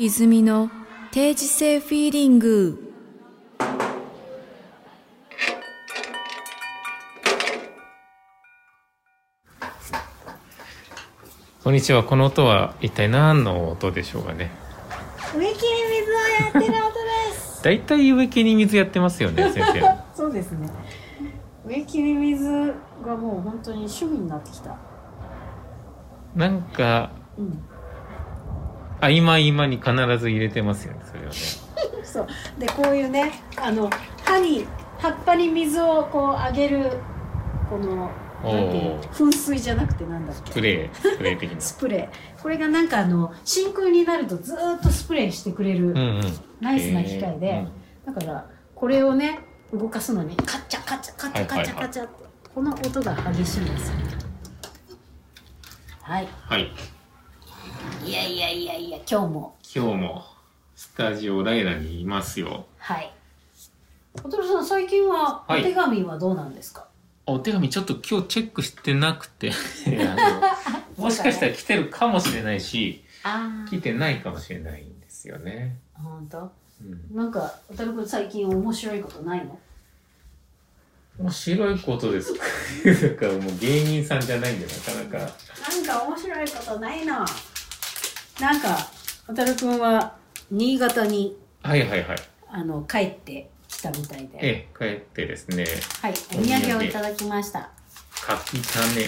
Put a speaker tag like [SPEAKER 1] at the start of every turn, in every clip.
[SPEAKER 1] 泉の定時性フィーリング
[SPEAKER 2] こんにちは。この音は一体何の音でしょうかね。
[SPEAKER 3] 植木に水をやってる音です。
[SPEAKER 2] だいたい植木に水やってますよ ね、先生。
[SPEAKER 3] そうですね。植木に水がもう本当に趣味になってきた。
[SPEAKER 2] なんか、
[SPEAKER 3] うん。
[SPEAKER 2] 合間合間に必ず入れてますよね、それはね。
[SPEAKER 3] そう。でこういうね、あの葉に葉っぱに水をこうあげるこのなんていう
[SPEAKER 2] おー
[SPEAKER 3] 噴水じゃなくてなんだっ
[SPEAKER 2] スプ
[SPEAKER 3] け。
[SPEAKER 2] レー、スプレー的な。
[SPEAKER 3] スプレー。これがなんかあの真空になるとずーっとスプレーしてくれる、
[SPEAKER 2] うんうん。
[SPEAKER 3] ナイスな機械で、
[SPEAKER 2] えー
[SPEAKER 3] だからこれをね動かすのにカチャカチャカチャカチャカチャって、この音が激しいんですよ。はい。
[SPEAKER 2] はい。
[SPEAKER 3] いやいやいやいや、今日も。
[SPEAKER 2] 今日もスタジオライラにいますよ。
[SPEAKER 3] はい。小太郎さん、最近はお
[SPEAKER 2] はい
[SPEAKER 3] 手紙はどうなんですか、
[SPEAKER 2] お手紙ちょっと今日チェックしてなく て。あのもしかしたら来てるかもしれないし、
[SPEAKER 3] あ
[SPEAKER 2] 来てないかもしれないんですよね。
[SPEAKER 3] あ。ほんと
[SPEAKER 2] うん
[SPEAKER 3] なんか、小太郎君最近面白いことないの
[SPEAKER 2] 面白いことですかだからもう芸人さんじゃないんでなかなか
[SPEAKER 3] なんか面白いことないな。なんか、小太郎君は新潟に
[SPEAKER 2] はいはいはい
[SPEAKER 3] あの帰ってきたみたいで。
[SPEAKER 2] ええ帰ってですね
[SPEAKER 3] はい。お土産をいただきました。
[SPEAKER 2] 柿種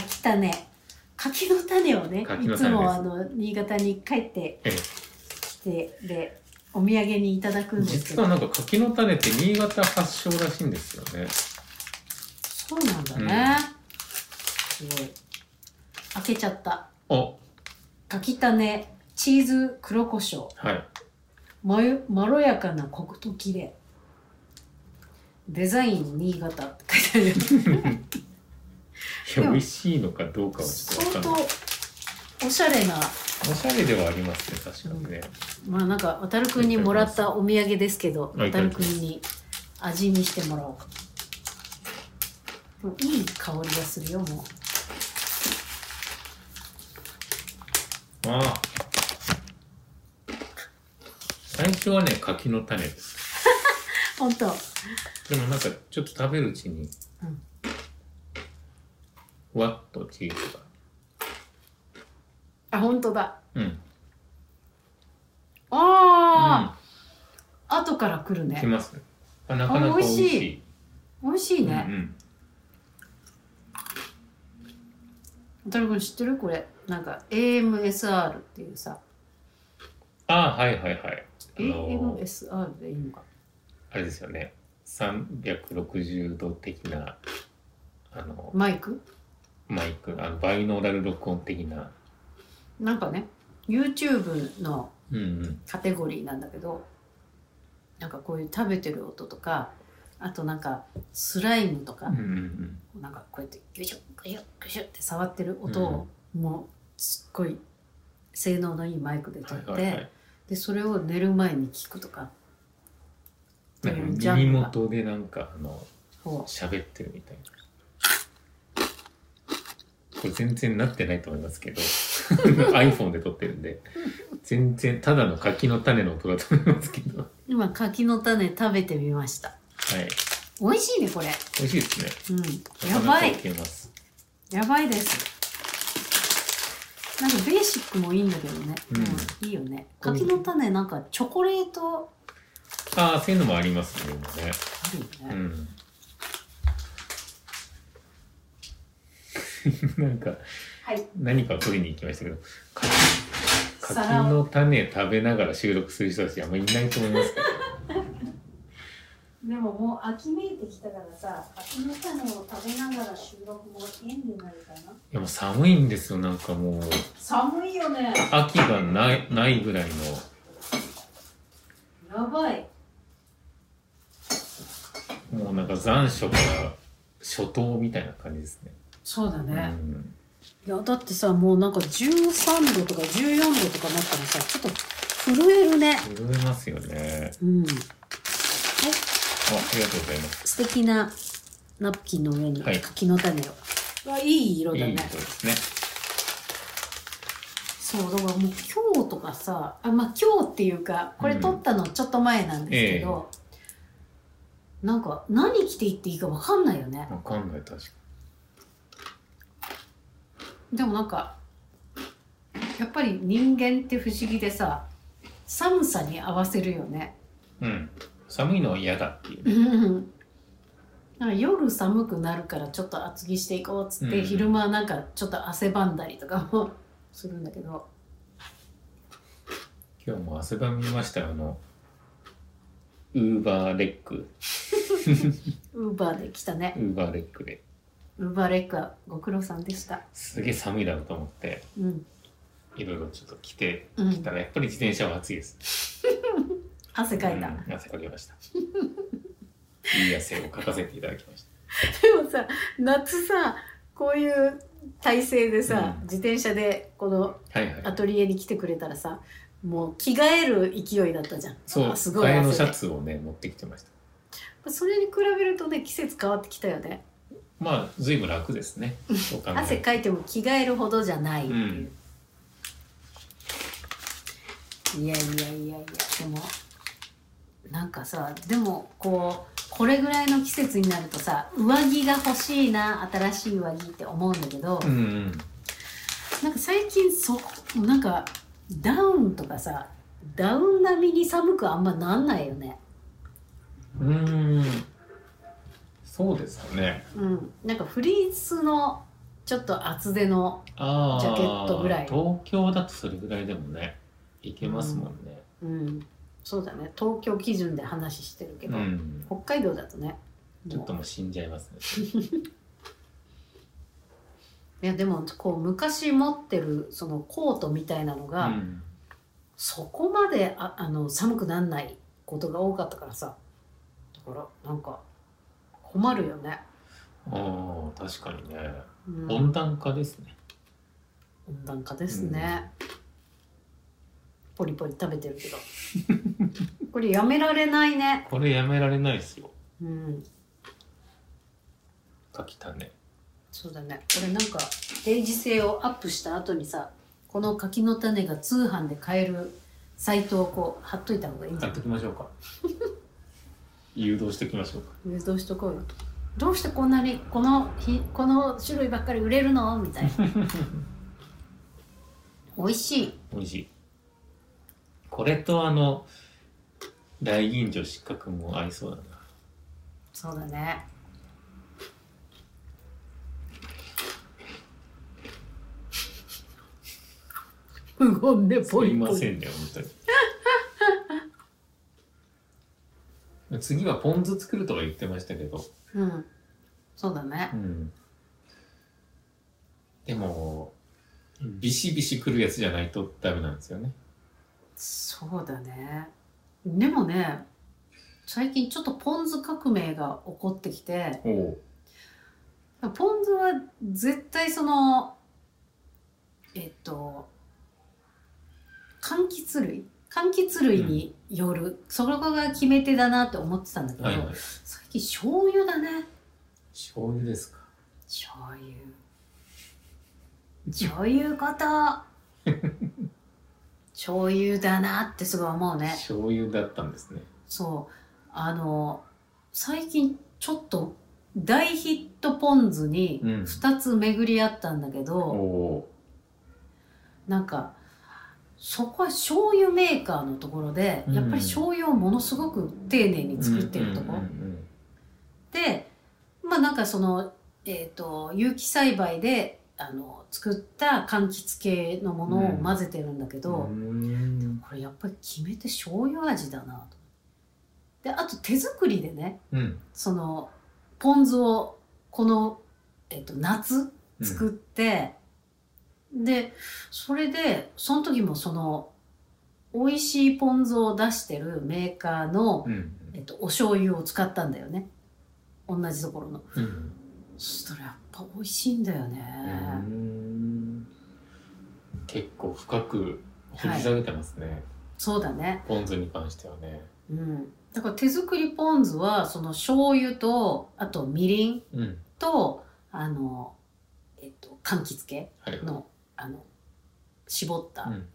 [SPEAKER 3] 柿種。柿の種をね、
[SPEAKER 2] 柿
[SPEAKER 3] い
[SPEAKER 2] の種です
[SPEAKER 3] つもあの新潟に帰って
[SPEAKER 2] ええ
[SPEAKER 3] きて、で、お土産にいただくんですけ
[SPEAKER 2] 実
[SPEAKER 3] ど
[SPEAKER 2] は。なんか柿の種って新潟発祥らしいんですよね
[SPEAKER 3] そうなんだね。すごい。開けちゃった。
[SPEAKER 2] あ
[SPEAKER 3] 柿種、チーズ、黒胡椒、
[SPEAKER 2] はい
[SPEAKER 3] まゆまろやかなコクとキレ。デザイン新潟って書いてある。
[SPEAKER 2] い
[SPEAKER 3] で
[SPEAKER 2] や
[SPEAKER 3] も
[SPEAKER 2] 美味しいのかどうかはちょっとわ
[SPEAKER 3] 相
[SPEAKER 2] かんない
[SPEAKER 3] 当おしゃれな、
[SPEAKER 2] おしゃれではありますね確かにね、
[SPEAKER 3] まあなんか渡るくんにもらったお土産ですけど、
[SPEAKER 2] はい
[SPEAKER 3] 渡るくんに味見してもらおうか。もういい香りがするよ、もう。
[SPEAKER 2] ああ最初はね柿の種です
[SPEAKER 3] ほんと。
[SPEAKER 2] でもなんかちょっと食べるうちに
[SPEAKER 3] うん
[SPEAKER 2] ふわっとチーズが
[SPEAKER 3] あ、ほんとだ。
[SPEAKER 2] うん
[SPEAKER 3] ああ、後から来るね。
[SPEAKER 2] きますね。あなかなか美味しい。
[SPEAKER 3] 美味しい
[SPEAKER 2] うんう
[SPEAKER 3] ね。
[SPEAKER 2] ん。
[SPEAKER 3] 渡辺君知ってるこれ。なんか AMSR っていうさ、
[SPEAKER 2] あはいはいはい。あの
[SPEAKER 3] AMSR でいいのか。
[SPEAKER 2] あれですよね。360度的なあの
[SPEAKER 3] マイク
[SPEAKER 2] マイク、あのバイノーラル録音的な。
[SPEAKER 3] なんかね、YouTube の
[SPEAKER 2] うんうん。
[SPEAKER 3] カテゴリーなんだけど、なんかこういう食べてる音とか、あとなんかスライムとか
[SPEAKER 2] うんう、ん
[SPEAKER 3] なんかこうやってグシュッグシュッグシュッって触ってる音を、もうすっごい性能のいいマイクで
[SPEAKER 2] うん。
[SPEAKER 3] 撮
[SPEAKER 2] は
[SPEAKER 3] っ
[SPEAKER 2] い
[SPEAKER 3] て、
[SPEAKER 2] はいはい。
[SPEAKER 3] でそれを寝る前に聞くとか、
[SPEAKER 2] なん
[SPEAKER 3] うん
[SPEAKER 2] か耳元でなんかあの
[SPEAKER 3] こう
[SPEAKER 2] 喋ってるみたいな。これ全然なってないと思います けど iPhone で撮ってるんで全然ただの柿の種の音だと思いますけどは
[SPEAKER 3] 今柿の種食べてみました。
[SPEAKER 2] い
[SPEAKER 3] 美味しいねこれ。
[SPEAKER 2] 美味しいですね
[SPEAKER 3] うん。やばい
[SPEAKER 2] けます。
[SPEAKER 3] やばいです。なんかベーシックもいいんだけどね。
[SPEAKER 2] うん
[SPEAKER 3] うん、いいよね。柿の種なんかチョコレート
[SPEAKER 2] ああ、そういうのもありますね、今ね。
[SPEAKER 3] あるよ
[SPEAKER 2] うん。
[SPEAKER 3] ね。
[SPEAKER 2] なんか、
[SPEAKER 3] はい。
[SPEAKER 2] 何かを取りに行きましたけど、柿柿
[SPEAKER 3] 皿を
[SPEAKER 2] の種食べながら収録する人たちあんまりいないと思います けど。
[SPEAKER 3] でももう秋めいてきたからさ、柿の種を食べながら収録も縁になるかな。
[SPEAKER 2] いやもう寒いんですよ、なんかもう。
[SPEAKER 3] 寒いよね。
[SPEAKER 2] 秋がない、ないぐらいの。
[SPEAKER 3] やばい。
[SPEAKER 2] もうなんか残暑から初冬みたいな感じですね。
[SPEAKER 3] そうだ
[SPEAKER 2] う
[SPEAKER 3] ね。
[SPEAKER 2] ん。
[SPEAKER 3] いやだってさもうなんか13度とか14度とかなったらさちょっと震えるね。
[SPEAKER 2] 震えますよね。
[SPEAKER 3] うん。
[SPEAKER 2] あ、ありがとうございます。
[SPEAKER 3] 素敵なナプキンの上に
[SPEAKER 2] はい
[SPEAKER 3] 柿の種を。わいい色だ
[SPEAKER 2] い
[SPEAKER 3] ね
[SPEAKER 2] い人ですね。
[SPEAKER 3] そうだからもう今日とかさあまあ今日っていうかこれ撮ったのちょっと前なんですけど、なんか何着ていっていいかわかんないよね
[SPEAKER 2] わかんない確か
[SPEAKER 3] でもなんかやっぱり人間って不思議でさ寒さに合わせるよね
[SPEAKER 2] にうん寒いのは嫌だっていうね
[SPEAKER 3] うんなんか夜寒くなるからちょっと厚着していこうっつって、
[SPEAKER 2] うん
[SPEAKER 3] 昼間なんかちょっと汗ばんだりとかもするんだけど
[SPEAKER 2] 今日も汗ばみましたよあのウーバーレック
[SPEAKER 3] ウーバーで来たね
[SPEAKER 2] ウーバーレックで
[SPEAKER 3] ウーバーレックはご苦労さんでした
[SPEAKER 2] すげえ寒いだろうと思って
[SPEAKER 3] うん
[SPEAKER 2] いろいろちょっと着て
[SPEAKER 3] う
[SPEAKER 2] き
[SPEAKER 3] ん
[SPEAKER 2] たらやっぱり自転車は暑いです
[SPEAKER 3] 汗かいた、
[SPEAKER 2] うん汗かけましたいい汗をかかせていただきました
[SPEAKER 3] でもさ夏さこういう体勢でさ、
[SPEAKER 2] うん
[SPEAKER 3] 自転車でこの
[SPEAKER 2] はいはい
[SPEAKER 3] アトリエに来てくれたらさもう着替える勢いだったじゃん
[SPEAKER 2] そう
[SPEAKER 3] すごい
[SPEAKER 2] 替えのシ
[SPEAKER 3] 汗
[SPEAKER 2] ャ
[SPEAKER 3] で
[SPEAKER 2] ツをね持ってきてました
[SPEAKER 3] それに比べるとね季節変わってきたよね
[SPEAKER 2] まあ随分楽ですねそう考えると
[SPEAKER 3] 汗かいても着替えるほどじゃないっていう、いやいやいやいやでもなんかさでもこうこれぐらいの季節になるとさ上着が欲しいな新しい上着って思うんだけど、
[SPEAKER 2] うんうん
[SPEAKER 3] なんか最近そなんかダウンとかさダウン並みに寒くあんまなんないよね
[SPEAKER 2] うーんそうですかね。
[SPEAKER 3] うんなんかフリースのちょっと厚手の
[SPEAKER 2] あー
[SPEAKER 3] ジャケットぐらい
[SPEAKER 2] 東京だとそれぐらいでもね、いけますもんね。
[SPEAKER 3] うんそうだね東京基準で話してるけ
[SPEAKER 2] うん
[SPEAKER 3] ど、。北海道だとね
[SPEAKER 2] ちょっと
[SPEAKER 3] も
[SPEAKER 2] もう死んじゃいますね。
[SPEAKER 3] ういやでもこう昔持ってるそのコートみたいなの
[SPEAKER 2] う
[SPEAKER 3] が、
[SPEAKER 2] ん。
[SPEAKER 3] そこまでああの寒くなんないことが多かったからさだからなんか困るよね、
[SPEAKER 2] ああ、確かにね。
[SPEAKER 3] うん、
[SPEAKER 2] 温暖化ですね。
[SPEAKER 3] 温暖化ですね、ポリポリ食べてるけど これやめられないね
[SPEAKER 2] これやめられないですよ。
[SPEAKER 3] うん
[SPEAKER 2] 柿種。
[SPEAKER 3] そうだねこれなんか定時性をアップした後にさこの柿の種が通販で買えるサイトをこう貼っといた方がいいんじゃ
[SPEAKER 2] 買っ
[SPEAKER 3] ない
[SPEAKER 2] てきましょう か。誘導しておきましょうか。
[SPEAKER 3] 誘導しとこうよどうしてこんなにこの日この種類ばっかり売れるのみたいな美味しい
[SPEAKER 2] 美味しい。これとあの、大吟醸失格も合いそうだな。
[SPEAKER 3] そうだね無言ですポ
[SPEAKER 2] い
[SPEAKER 3] リポ
[SPEAKER 2] ま
[SPEAKER 3] リ
[SPEAKER 2] せんね本当に次はポン酢作るとか言ってましたけど、
[SPEAKER 3] うんそうだね
[SPEAKER 2] うん、でもビシビシくるやつじゃないとダメなんですよね
[SPEAKER 3] そうだねでもね最近ちょっとポン酢革命が起こってきて
[SPEAKER 2] おお
[SPEAKER 3] ポン酢は絶対そのえっと柑橘類柑橘類による、そこが決め手だなって思ってたんだけど、
[SPEAKER 2] はいはい
[SPEAKER 3] 最近醤油だね
[SPEAKER 2] 醤油ですか
[SPEAKER 3] 醤油醤油こと 醤油だなってすごい思うね
[SPEAKER 2] 醤油だったんですね
[SPEAKER 3] そうあの最近ちょっと大ヒットポン酢に
[SPEAKER 2] うん
[SPEAKER 3] 2つ巡り合ったんだけ
[SPEAKER 2] お
[SPEAKER 3] ど、
[SPEAKER 2] お
[SPEAKER 3] なんかそこは醤油メーカーのところで、
[SPEAKER 2] うん
[SPEAKER 3] やっぱり醤油をものすごく丁寧に作ってるとこ、
[SPEAKER 2] うんうん
[SPEAKER 3] でまあなんかその、えー、と有機栽培であの作った柑橘系のものを混ぜてるんだけ
[SPEAKER 2] う
[SPEAKER 3] ど、
[SPEAKER 2] んうんうん
[SPEAKER 3] これやっぱり決めて醤油味だなと。であと手作りでね
[SPEAKER 2] うん
[SPEAKER 3] そのポン酢をこの、えっと夏
[SPEAKER 2] うん
[SPEAKER 3] 作って、でそれでその時もその美味しいポン酢を出してるメーカーの、
[SPEAKER 2] うん
[SPEAKER 3] えっとお醤油を使ったんだよね同じところの
[SPEAKER 2] うん
[SPEAKER 3] そしたらやっぱ美味しいんだよね、
[SPEAKER 2] うん結構深く掘り下げてますね、
[SPEAKER 3] そうだね
[SPEAKER 2] ポン酢に関してはね
[SPEAKER 3] うんだから手作りポン酢はその醤油とあとみりん
[SPEAKER 2] うん
[SPEAKER 3] とあのえっと柑橘系
[SPEAKER 2] はい
[SPEAKER 3] のあの絞った、
[SPEAKER 2] うん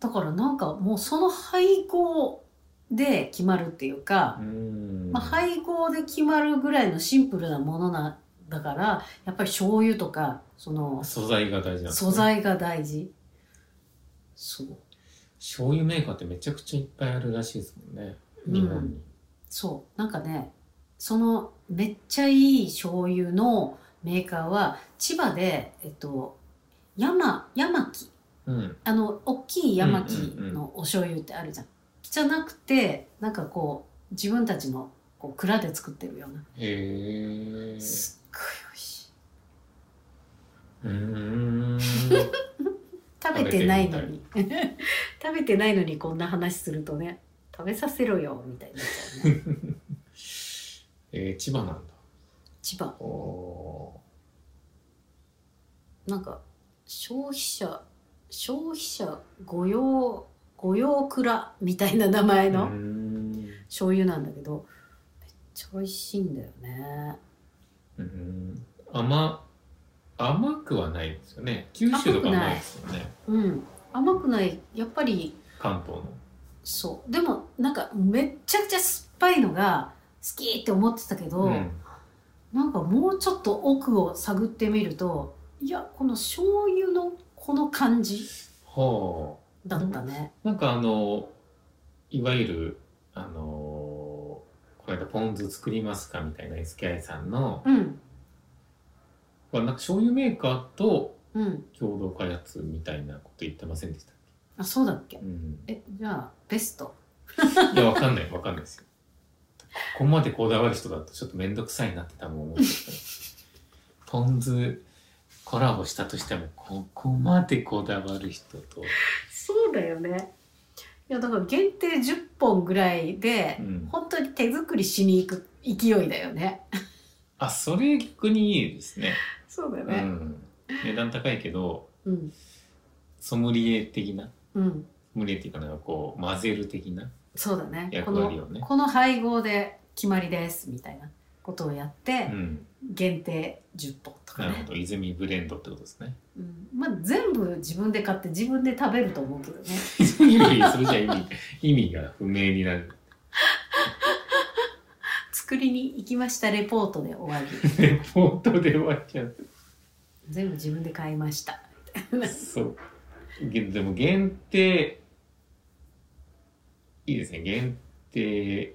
[SPEAKER 3] だからなんかもうその配合で決まるっていうか
[SPEAKER 2] う、ん
[SPEAKER 3] まあ、配合で決まるぐらいのシンプルなものなだからやっぱり醤油とかその
[SPEAKER 2] 素材が大事なんですね
[SPEAKER 3] 素材が大事そう
[SPEAKER 2] 醤油メーカーってめちゃくちゃいっぱいあるらしいですもんね日本に、
[SPEAKER 3] そうなんかねそのめっちゃいい醤油のメーカーは千葉でえっと山山木
[SPEAKER 2] うん
[SPEAKER 3] あの大きい山木
[SPEAKER 2] うんうんうん
[SPEAKER 3] のお醤油ってあるじゃん,、じゃなくてなんかこう自分たちのこう蔵で作ってるような
[SPEAKER 2] へえ
[SPEAKER 3] すっごい美味しいう
[SPEAKER 2] ー ん
[SPEAKER 3] 食べてないのに 食べてないのにこんな話するとね食べさせろよみたいになっ ちゃうね
[SPEAKER 2] えー、千葉なんだ
[SPEAKER 3] 千葉
[SPEAKER 2] お
[SPEAKER 3] なんか消費者消費者御用御用蔵みたいな名前
[SPEAKER 2] ーうー
[SPEAKER 3] の
[SPEAKER 2] ん
[SPEAKER 3] 醤油なんだけどめっちゃ美味しいんだよね
[SPEAKER 2] うーん甘甘くはないですよね九州とか甘いですよね
[SPEAKER 3] うん甘くないやっぱり
[SPEAKER 2] 関東の
[SPEAKER 3] そうでもなんかめっちゃくちゃ酸っぱいのが好きって思ってたけど、
[SPEAKER 2] ん、
[SPEAKER 3] なんかもうちょっと奥を探ってみるといやこの醤油のこの感じ
[SPEAKER 2] はあ
[SPEAKER 3] だったね、
[SPEAKER 2] なんかあのいわゆるあのこの間ポン酢作りますかみたいな SKI さんの
[SPEAKER 3] うん
[SPEAKER 2] はなんか醤油メーカーと
[SPEAKER 3] うん
[SPEAKER 2] 共同開発みたいなこと言ってませんでしたっ
[SPEAKER 3] あそうだっけ
[SPEAKER 2] け、うん、
[SPEAKER 3] えじゃあベスト
[SPEAKER 2] いやわかんないわかんないですよここまでこだわる人だとちょっと面倒くさいなって多分思うんですけどポン酢コラボしたとしてもここまでこだわる人と、
[SPEAKER 3] そうだよね。いやだから限定10本ぐらいで
[SPEAKER 2] う、ん、
[SPEAKER 3] 本当に手作りしに行く勢いだよね。
[SPEAKER 2] あそれ逆にいいですね、
[SPEAKER 3] そうだよ
[SPEAKER 2] う。ん、値段高いけど
[SPEAKER 3] うん。
[SPEAKER 2] ソムリエ的な
[SPEAKER 3] うん。
[SPEAKER 2] ソムリエっていうかなんかこう混ぜる的な
[SPEAKER 3] そうだね。こ
[SPEAKER 2] 役
[SPEAKER 3] の
[SPEAKER 2] 割をね
[SPEAKER 3] この配合で決まりですみたいなことをやって
[SPEAKER 2] う、ん
[SPEAKER 3] 限定10本とか
[SPEAKER 2] なるほ
[SPEAKER 3] ね。
[SPEAKER 2] ど泉ブレンドってことですね
[SPEAKER 3] うん。まあ全部自分で買って自分で食べると思うけどね。
[SPEAKER 2] いやいやそれじゃ意味意味が不明になる
[SPEAKER 3] 作りに行きましたレポートで終わり。
[SPEAKER 2] レポートで終わっちゃう
[SPEAKER 3] 全部自分で買いました。みたいな
[SPEAKER 2] そう。げでも限定、いいですね。限定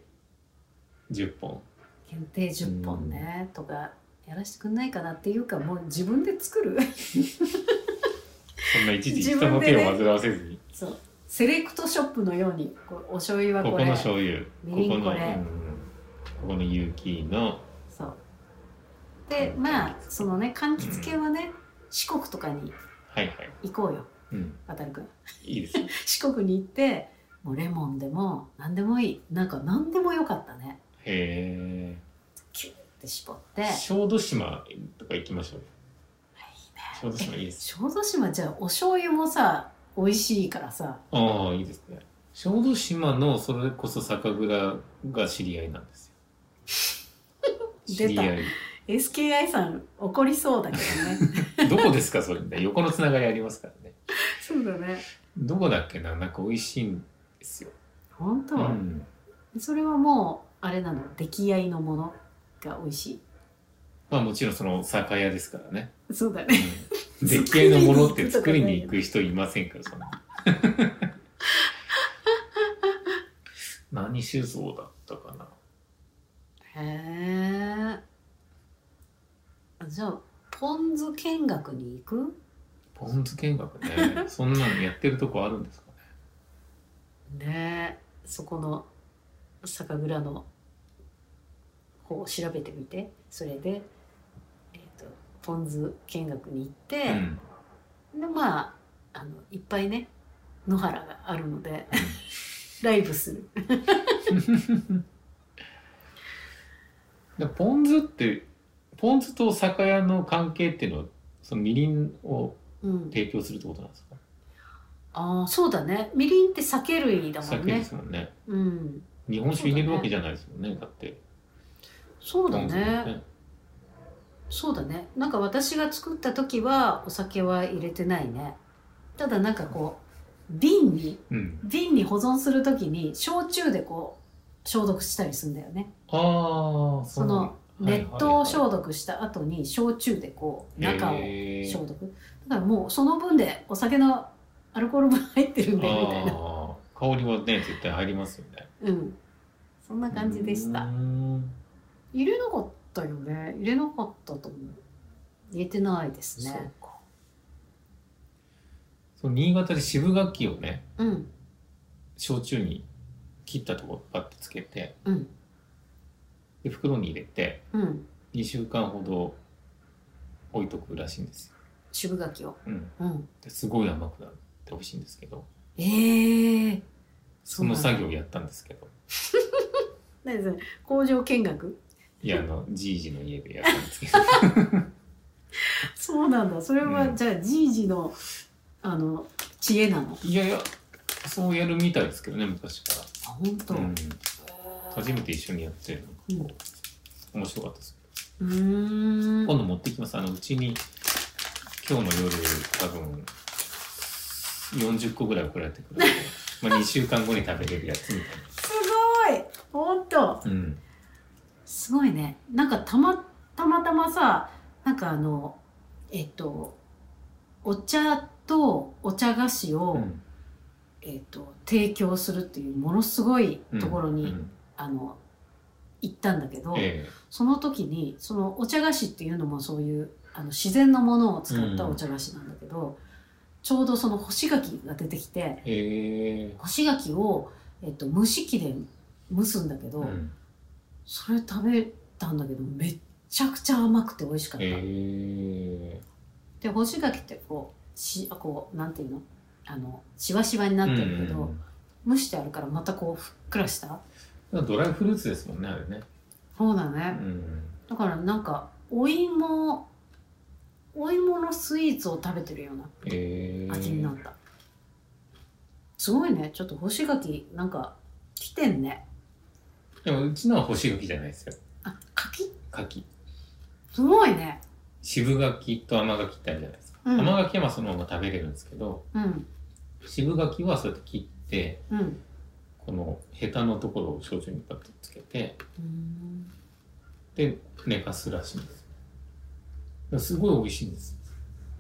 [SPEAKER 2] 10本。
[SPEAKER 3] 限定10本ね、とかやらせてくんないかなっていうかもう自分で作る
[SPEAKER 2] そんな一時
[SPEAKER 3] 自
[SPEAKER 2] 人
[SPEAKER 3] 分
[SPEAKER 2] の
[SPEAKER 3] でね
[SPEAKER 2] 手を煩わせずに。
[SPEAKER 3] そうセレクトショップのようにこうお醤油は
[SPEAKER 2] こ
[SPEAKER 3] こ
[SPEAKER 2] こ
[SPEAKER 3] れ
[SPEAKER 2] の醤油、
[SPEAKER 3] みり
[SPEAKER 2] こ
[SPEAKER 3] ん
[SPEAKER 2] この、
[SPEAKER 3] これ
[SPEAKER 2] うんここの有機の、
[SPEAKER 3] そうでまあそのね柑橘系はね、四国とかに
[SPEAKER 2] はいはい。
[SPEAKER 3] 行こうよ
[SPEAKER 2] うん、
[SPEAKER 3] 渡くん
[SPEAKER 2] いいですね。
[SPEAKER 3] 四国に行ってもうレモンでも何でもいいなんか何でもよかったね
[SPEAKER 2] へ
[SPEAKER 3] キュッて絞って
[SPEAKER 2] え。小豆島とか行きましょう。小豆島いいです。
[SPEAKER 3] 小豆島じゃあお醤油もさ美味しいからさ
[SPEAKER 2] ああ、いいですね。小豆島のそれこそ酒蔵が知り合いなんですよ。知
[SPEAKER 3] 出
[SPEAKER 2] り
[SPEAKER 3] た
[SPEAKER 2] 合い。
[SPEAKER 3] SKI さん怒りそうだけどね
[SPEAKER 2] どこですかそれね横のつながりありますからね
[SPEAKER 3] そうだね
[SPEAKER 2] どこだっけななんか美味しいんですよ、
[SPEAKER 3] 本当、
[SPEAKER 2] うん、
[SPEAKER 3] それはもうあれなの出来合いのものが美味し
[SPEAKER 2] まあもちろんその酒屋ですからね、
[SPEAKER 3] いそうだ
[SPEAKER 2] う
[SPEAKER 3] ね
[SPEAKER 2] ん、出来合いのものって作りに行く人いませんからそんな何酒造だったかな
[SPEAKER 3] へえじゃあポン酢見学に行く
[SPEAKER 2] ポン酢見学ねそんなのやってるとこあるんですかね
[SPEAKER 3] ねえそこの酒蔵の方を調べてみてそれで、えー、とポン酢見学に行って、
[SPEAKER 2] うん
[SPEAKER 3] でまああのいっぱいね野原があるのでライブする
[SPEAKER 2] でポン酢ってポン酢と酒屋の関係っていうのはそのみりんを
[SPEAKER 3] うん
[SPEAKER 2] 提供するってことなんですか
[SPEAKER 3] ああそうだねみりんって酒類だもん
[SPEAKER 2] 酒で
[SPEAKER 3] ね
[SPEAKER 2] すもんね
[SPEAKER 3] うん
[SPEAKER 2] 日本酒入れるわけじゃないですもんねだって
[SPEAKER 3] そうだ
[SPEAKER 2] ポン酢なんて
[SPEAKER 3] ねそうだねなんか私が作った時はお酒は入れてないねただなんかこう瓶に
[SPEAKER 2] うん。
[SPEAKER 3] 瓶に保存するときに焼酎でこう消毒したりするんだよね
[SPEAKER 2] ああ、
[SPEAKER 3] その熱湯消毒した後に焼酎でこう中を消
[SPEAKER 2] 消
[SPEAKER 3] 毒だからもうその分でお酒のアルコール分入ってるんだよみたいな
[SPEAKER 2] あー香りはね、絶対入りますよね。
[SPEAKER 3] うんそんな感じでし
[SPEAKER 2] う
[SPEAKER 3] た
[SPEAKER 2] ーん。
[SPEAKER 3] 入れなかったよね入れなかったと思う入れてないです
[SPEAKER 2] そう
[SPEAKER 3] ね
[SPEAKER 2] か。そう新潟で渋柿をね、
[SPEAKER 3] うん
[SPEAKER 2] 焼酎に切ったところバッてつけて、
[SPEAKER 3] うん
[SPEAKER 2] で袋に入れて
[SPEAKER 3] うん
[SPEAKER 2] 2週間ほど置いとくらしいんですよ。
[SPEAKER 3] 渋柿を
[SPEAKER 2] うん。
[SPEAKER 3] うん
[SPEAKER 2] ですごい甘くなってほしいんですけど、
[SPEAKER 3] ええー、
[SPEAKER 2] その作業やったんですけど、
[SPEAKER 3] 何それ工場見学
[SPEAKER 2] いやあのじいじの家でやったんです けど。
[SPEAKER 3] そうなんだそれは、
[SPEAKER 2] うん
[SPEAKER 3] じゃあじいじのあの知恵なの
[SPEAKER 2] いやいや、そうやるみたいですけどね、昔か
[SPEAKER 3] あ本当
[SPEAKER 2] ら。うん、初めて一緒にやって、なんかこう面白かったです。
[SPEAKER 3] うーん
[SPEAKER 2] 今度持ってきます。あの、うちに、今日の夜、多分、40個ぐらい送られてくる ので。まあ、2週間後に食べれるやつみたい
[SPEAKER 3] すごい本当
[SPEAKER 2] な。うん。
[SPEAKER 3] すごいねなんかたまたまたまさなんかあのえっとお茶とお茶菓子を、
[SPEAKER 2] うん
[SPEAKER 3] えっと、提供するっていうものすごいところ
[SPEAKER 2] う
[SPEAKER 3] に、
[SPEAKER 2] ん
[SPEAKER 3] あの行ったんだけど、
[SPEAKER 2] え
[SPEAKER 3] その時にそのお茶菓子っていうのもそういうあの自然のものを使ったお茶菓子なんだけど、ちょうどその干し柿が出てきて
[SPEAKER 2] えええ
[SPEAKER 3] 干し柿を、えっと、蒸し器で蒸すんだけど、
[SPEAKER 2] うん
[SPEAKER 3] それ食べたんだけどめっちゃくちゃ甘くて美味しかった。
[SPEAKER 2] え
[SPEAKER 3] で干し柿ってこうしあこうなんていうのあのしわしわにな
[SPEAKER 2] え
[SPEAKER 3] ってるけど、
[SPEAKER 2] うん
[SPEAKER 3] 蒸してあるからまたこうふっくらした
[SPEAKER 2] うんドライフルーツですもんね、あれね。
[SPEAKER 3] そうだ
[SPEAKER 2] う
[SPEAKER 3] ね、
[SPEAKER 2] ん。
[SPEAKER 3] だからなんかお芋お芋のスイーツを食べてるような
[SPEAKER 2] ええ
[SPEAKER 3] 味になった、すごいねちょっと干し柿なんか来てんね
[SPEAKER 2] でも、うちのは干し柿じゃないですよ。
[SPEAKER 3] あ柿
[SPEAKER 2] 柿。
[SPEAKER 3] すごいね
[SPEAKER 2] 渋柿と甘柿ってあるじゃないですか。
[SPEAKER 3] うん
[SPEAKER 2] 甘柿はまあそのまま食べれるんですけど、
[SPEAKER 3] うん
[SPEAKER 2] 渋柿はそうやって切って、
[SPEAKER 3] うん
[SPEAKER 2] このヘタのところを焼酎にパッとつけて
[SPEAKER 3] うーん
[SPEAKER 2] で寝かすらしいんですよすごい美味しいんです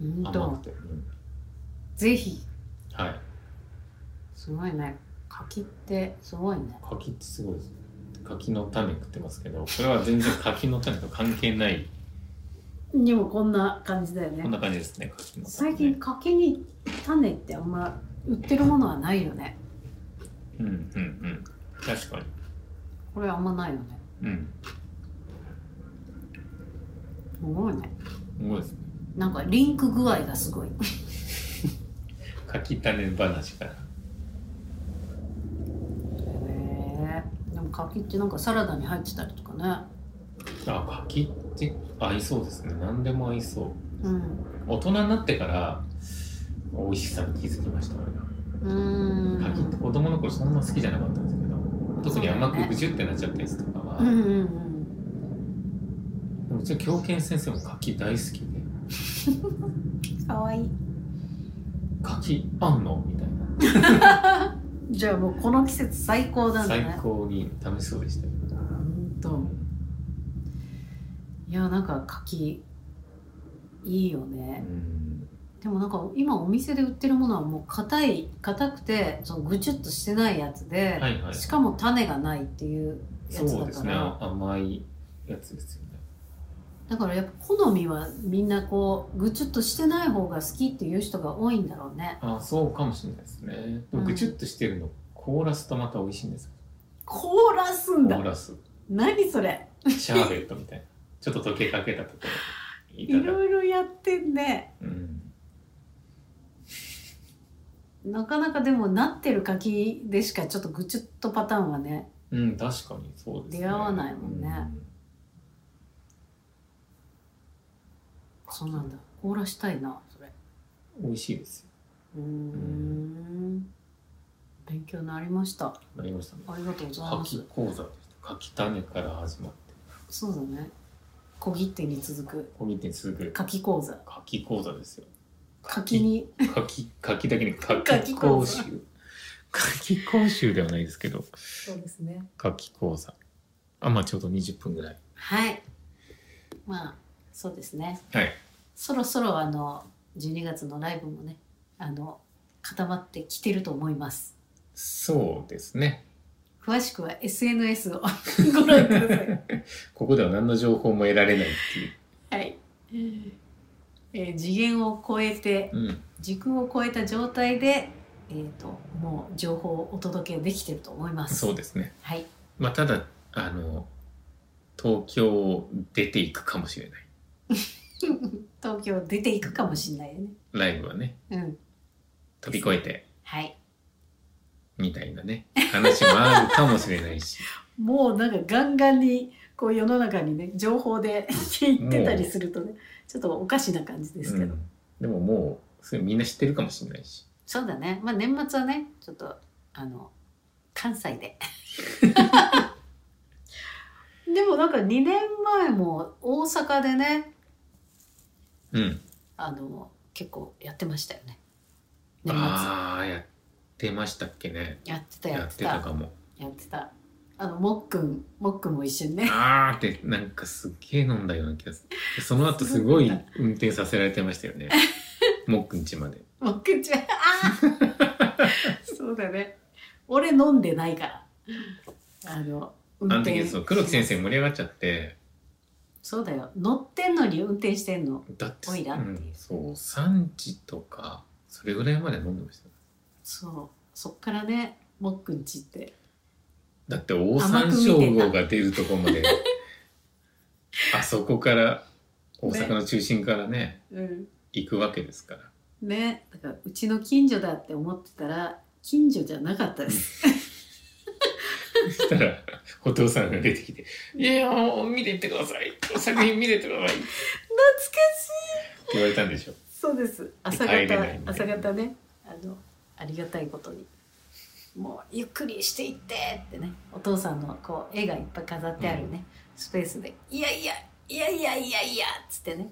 [SPEAKER 3] うん
[SPEAKER 2] 甘
[SPEAKER 3] と
[SPEAKER 2] くて、うん
[SPEAKER 3] ぜひ
[SPEAKER 2] はい
[SPEAKER 3] すごいね柿ってすごいね
[SPEAKER 2] 柿ってすごいです柿の種食ってますけどこれは全然柿の種と関係ない
[SPEAKER 3] でもこんな感じだよね
[SPEAKER 2] こんな感じですね柿の種ね
[SPEAKER 3] 最近柿に種ってあんま売ってるものはないよね
[SPEAKER 2] うんうんうん確かに
[SPEAKER 3] これあんまないよね
[SPEAKER 2] うん
[SPEAKER 3] すごいね
[SPEAKER 2] すごいですね
[SPEAKER 3] なんかリンク具合がすごい
[SPEAKER 2] 柿種話から
[SPEAKER 3] へえでも柿ってなんかサラダに入ってたりとかね
[SPEAKER 2] あ柿って合いそうですね何でも合いそう
[SPEAKER 3] うん
[SPEAKER 2] 大人になってから美味しさに気づきました俺が
[SPEAKER 3] うーん
[SPEAKER 2] 柿って子供の頃そんな好きじゃなかったんですけど特に甘くぐじゅってなっちゃったやつとかは、
[SPEAKER 3] うんうんうん
[SPEAKER 2] うちの狂犬先生も柿大好きで
[SPEAKER 3] かわいい
[SPEAKER 2] 柿あんのみたいな
[SPEAKER 3] じゃあもうこの季節最高だね
[SPEAKER 2] 最高に楽しそうでしたよ
[SPEAKER 3] ほんといやなんか柿いいよ
[SPEAKER 2] う
[SPEAKER 3] ね
[SPEAKER 2] ん
[SPEAKER 3] でもなんか今お店で売ってるものはもう硬い硬くてそのぐちゅっとしてないやつで、
[SPEAKER 2] はいはい
[SPEAKER 3] しかも種がないっていうやつだから
[SPEAKER 2] そうですね甘いやつですよね
[SPEAKER 3] だからやっぱ好みはみんなこうぐちゅっとしてない方が好きっていう人が多いんだろうね
[SPEAKER 2] あそうかもしれないですねでも
[SPEAKER 3] うん
[SPEAKER 2] ぐちゅっとしてるの凍らすとまた美味しいんですよ
[SPEAKER 3] 凍らすんだ
[SPEAKER 2] 凍らす
[SPEAKER 3] 何それ
[SPEAKER 2] シャーベットみ たいなちょっと溶けかけたところにい
[SPEAKER 3] い
[SPEAKER 2] ただく
[SPEAKER 3] ろいろやってんね
[SPEAKER 2] うん
[SPEAKER 3] なかなかでもなってる柿でしかちょっとぐちゅっとパターンはね
[SPEAKER 2] うん、確かにそうです
[SPEAKER 3] 出会わないもんね
[SPEAKER 2] うん
[SPEAKER 3] そうなんだ凍らしたいなそれ
[SPEAKER 2] 美味しいですよ。
[SPEAKER 3] うーん勉強になりました
[SPEAKER 2] なりましたね。
[SPEAKER 3] ありがとうございます
[SPEAKER 2] 柿講座でした。柿種から始まって、
[SPEAKER 3] そうだね小切手に続く
[SPEAKER 2] 小切手に続く
[SPEAKER 3] 柿講座
[SPEAKER 2] 柿講座ですよ。
[SPEAKER 3] 柿に
[SPEAKER 2] 柿柿だけに
[SPEAKER 3] 柿
[SPEAKER 2] 柿
[SPEAKER 3] 講
[SPEAKER 2] 講
[SPEAKER 3] 座
[SPEAKER 2] 習柿講習ではないですけど
[SPEAKER 3] そうですね
[SPEAKER 2] 柿講座あまあちょうど20分ぐらい
[SPEAKER 3] はいまあそうですね
[SPEAKER 2] はい
[SPEAKER 3] そろそろあの12月のライブもねあの固まってきてると思います
[SPEAKER 2] そうですね
[SPEAKER 3] 詳しくは SNS を ご覧ください
[SPEAKER 2] ここでは何の情報も得られないっていう
[SPEAKER 3] はい、えー次元を超えて
[SPEAKER 2] うん
[SPEAKER 3] 時空を超えた状態でえー、ともう情報をお届けできてると思います。
[SPEAKER 2] そうですね
[SPEAKER 3] はい、
[SPEAKER 2] まあただあの東京を出ていくかもしれない
[SPEAKER 3] 東京出ていくかもしれないよね。
[SPEAKER 2] ライブはね
[SPEAKER 3] うん、
[SPEAKER 2] 飛び越えて
[SPEAKER 3] はい。
[SPEAKER 2] みたいなね話もあるかもしれないし
[SPEAKER 3] もうなんかガンガンにこう世の中にね情報で 言ってたりするとねちょっとおかしな感じですけど、
[SPEAKER 2] うんでももうそれみんな知ってるかもしれないし
[SPEAKER 3] そうだねまあ年末はねちょっとあの関西で でもなんか2年前も大阪でね
[SPEAKER 2] うん
[SPEAKER 3] あの結構やってましたよね年
[SPEAKER 2] ああやってましたっけね
[SPEAKER 3] 末やってたや
[SPEAKER 2] や
[SPEAKER 3] っ
[SPEAKER 2] ってて
[SPEAKER 3] たや
[SPEAKER 2] た
[SPEAKER 3] って
[SPEAKER 2] かも
[SPEAKER 3] たあのもっくんもっくんも一緒に ね
[SPEAKER 2] あーってなんかすっげえ飲んだような気がするでその後すごい運転させられてました よねもっくんちまで
[SPEAKER 3] もう口はあーそうだね俺飲んでないからあの運
[SPEAKER 2] あの時そう黒木先生盛り上がっちゃって
[SPEAKER 3] そうだよ乗ってんのに運転してんの
[SPEAKER 2] だって
[SPEAKER 3] おいら
[SPEAKER 2] う、
[SPEAKER 3] っていうん
[SPEAKER 2] そう3時とかそれぐらいまで飲んでましたよ
[SPEAKER 3] そうそっからねもっくんちって
[SPEAKER 2] だってオオサンショウウオが出るとこまで あそこから大阪の中心からね
[SPEAKER 3] うん
[SPEAKER 2] 行くわけですから
[SPEAKER 3] ねだからうちの近所だって思ってたら近所じゃなかったです
[SPEAKER 2] そしたらお父さんが出てきて「いやもう見ていってください作品見てってください」って
[SPEAKER 3] 懐かし
[SPEAKER 2] 言われたんでしょ
[SPEAKER 3] いそうです朝
[SPEAKER 2] 帰れ
[SPEAKER 3] 方
[SPEAKER 2] ないみたいな
[SPEAKER 3] 朝方ねあのありがたいことにもうゆっくりしていってってねお父さんのこう絵がいっぱい飾ってあるね、スペースで「いやいやいやいやいやいや」っつってね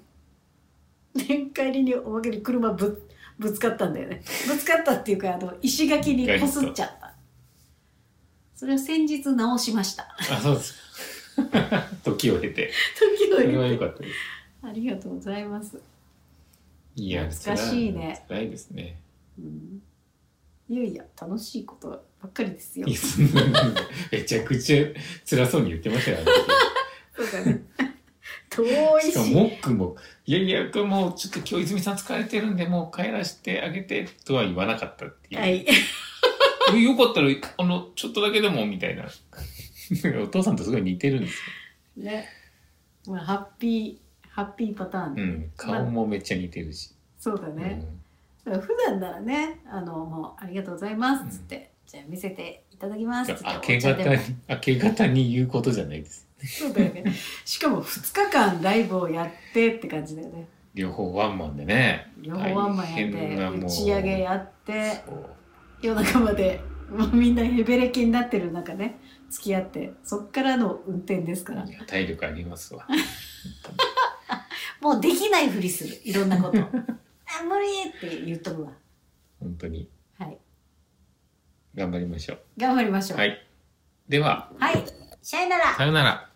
[SPEAKER 3] で帰りにおまけに車ぶぶつかったんだよねぶつかったっていうかあの石垣にこすっちゃったそれを先日直しました
[SPEAKER 2] あそうです 時を経て
[SPEAKER 3] 時
[SPEAKER 2] それは良
[SPEAKER 3] 々
[SPEAKER 2] かったです
[SPEAKER 3] ありがとうございます、
[SPEAKER 2] いや
[SPEAKER 3] 懐かしいね
[SPEAKER 2] 辛いですね
[SPEAKER 3] うん、いやいや楽しいことばっかりですよ
[SPEAKER 2] いやそんなのめちゃくちゃ辛そうに言ってましたよあの
[SPEAKER 3] そうだね。遠い
[SPEAKER 2] 時し
[SPEAKER 3] し
[SPEAKER 2] か。もモックも「いやいやこれもうちょっと今日泉さん疲れてるんでもう帰らせてあげて」とは言わなかったっていう、
[SPEAKER 3] はい。
[SPEAKER 2] えよかったらあのちょっとだけでもみたいな お父さんとすごい似てるんですよ
[SPEAKER 3] ね。まあ、ハッピー、ハッピーパターン
[SPEAKER 2] う
[SPEAKER 3] でね、
[SPEAKER 2] ん、顔もめっちゃ似てるし、
[SPEAKER 3] そうだね。だから普段ならね、あの、もう、ありがとうございますっつって、じゃあ見せていただきま
[SPEAKER 2] うん、
[SPEAKER 3] すっ
[SPEAKER 2] 明
[SPEAKER 3] つって。
[SPEAKER 2] け
[SPEAKER 3] お茶で
[SPEAKER 2] 方
[SPEAKER 3] も
[SPEAKER 2] に明け方に言うことじゃないです
[SPEAKER 3] そうだよね。しかも2日間ライブをやってって感じだよね。
[SPEAKER 2] 両方ワンマンでね
[SPEAKER 3] 両方ワンマンや
[SPEAKER 2] 大
[SPEAKER 3] っ
[SPEAKER 2] 変だも
[SPEAKER 3] て、
[SPEAKER 2] う
[SPEAKER 3] 打ち上げやって、
[SPEAKER 2] そう
[SPEAKER 3] 夜中まで、もうみんなヘベレキになってる中ね、付き合って、そっからの運転ですから
[SPEAKER 2] い。や体力ありますわ
[SPEAKER 3] もうできないふりするいろんなこと あ無理って言っとくわ
[SPEAKER 2] 本当に
[SPEAKER 3] はい
[SPEAKER 2] 頑張りましょう
[SPEAKER 3] 頑張りましょう
[SPEAKER 2] はいでは
[SPEAKER 3] はい、さよなら
[SPEAKER 2] さようなら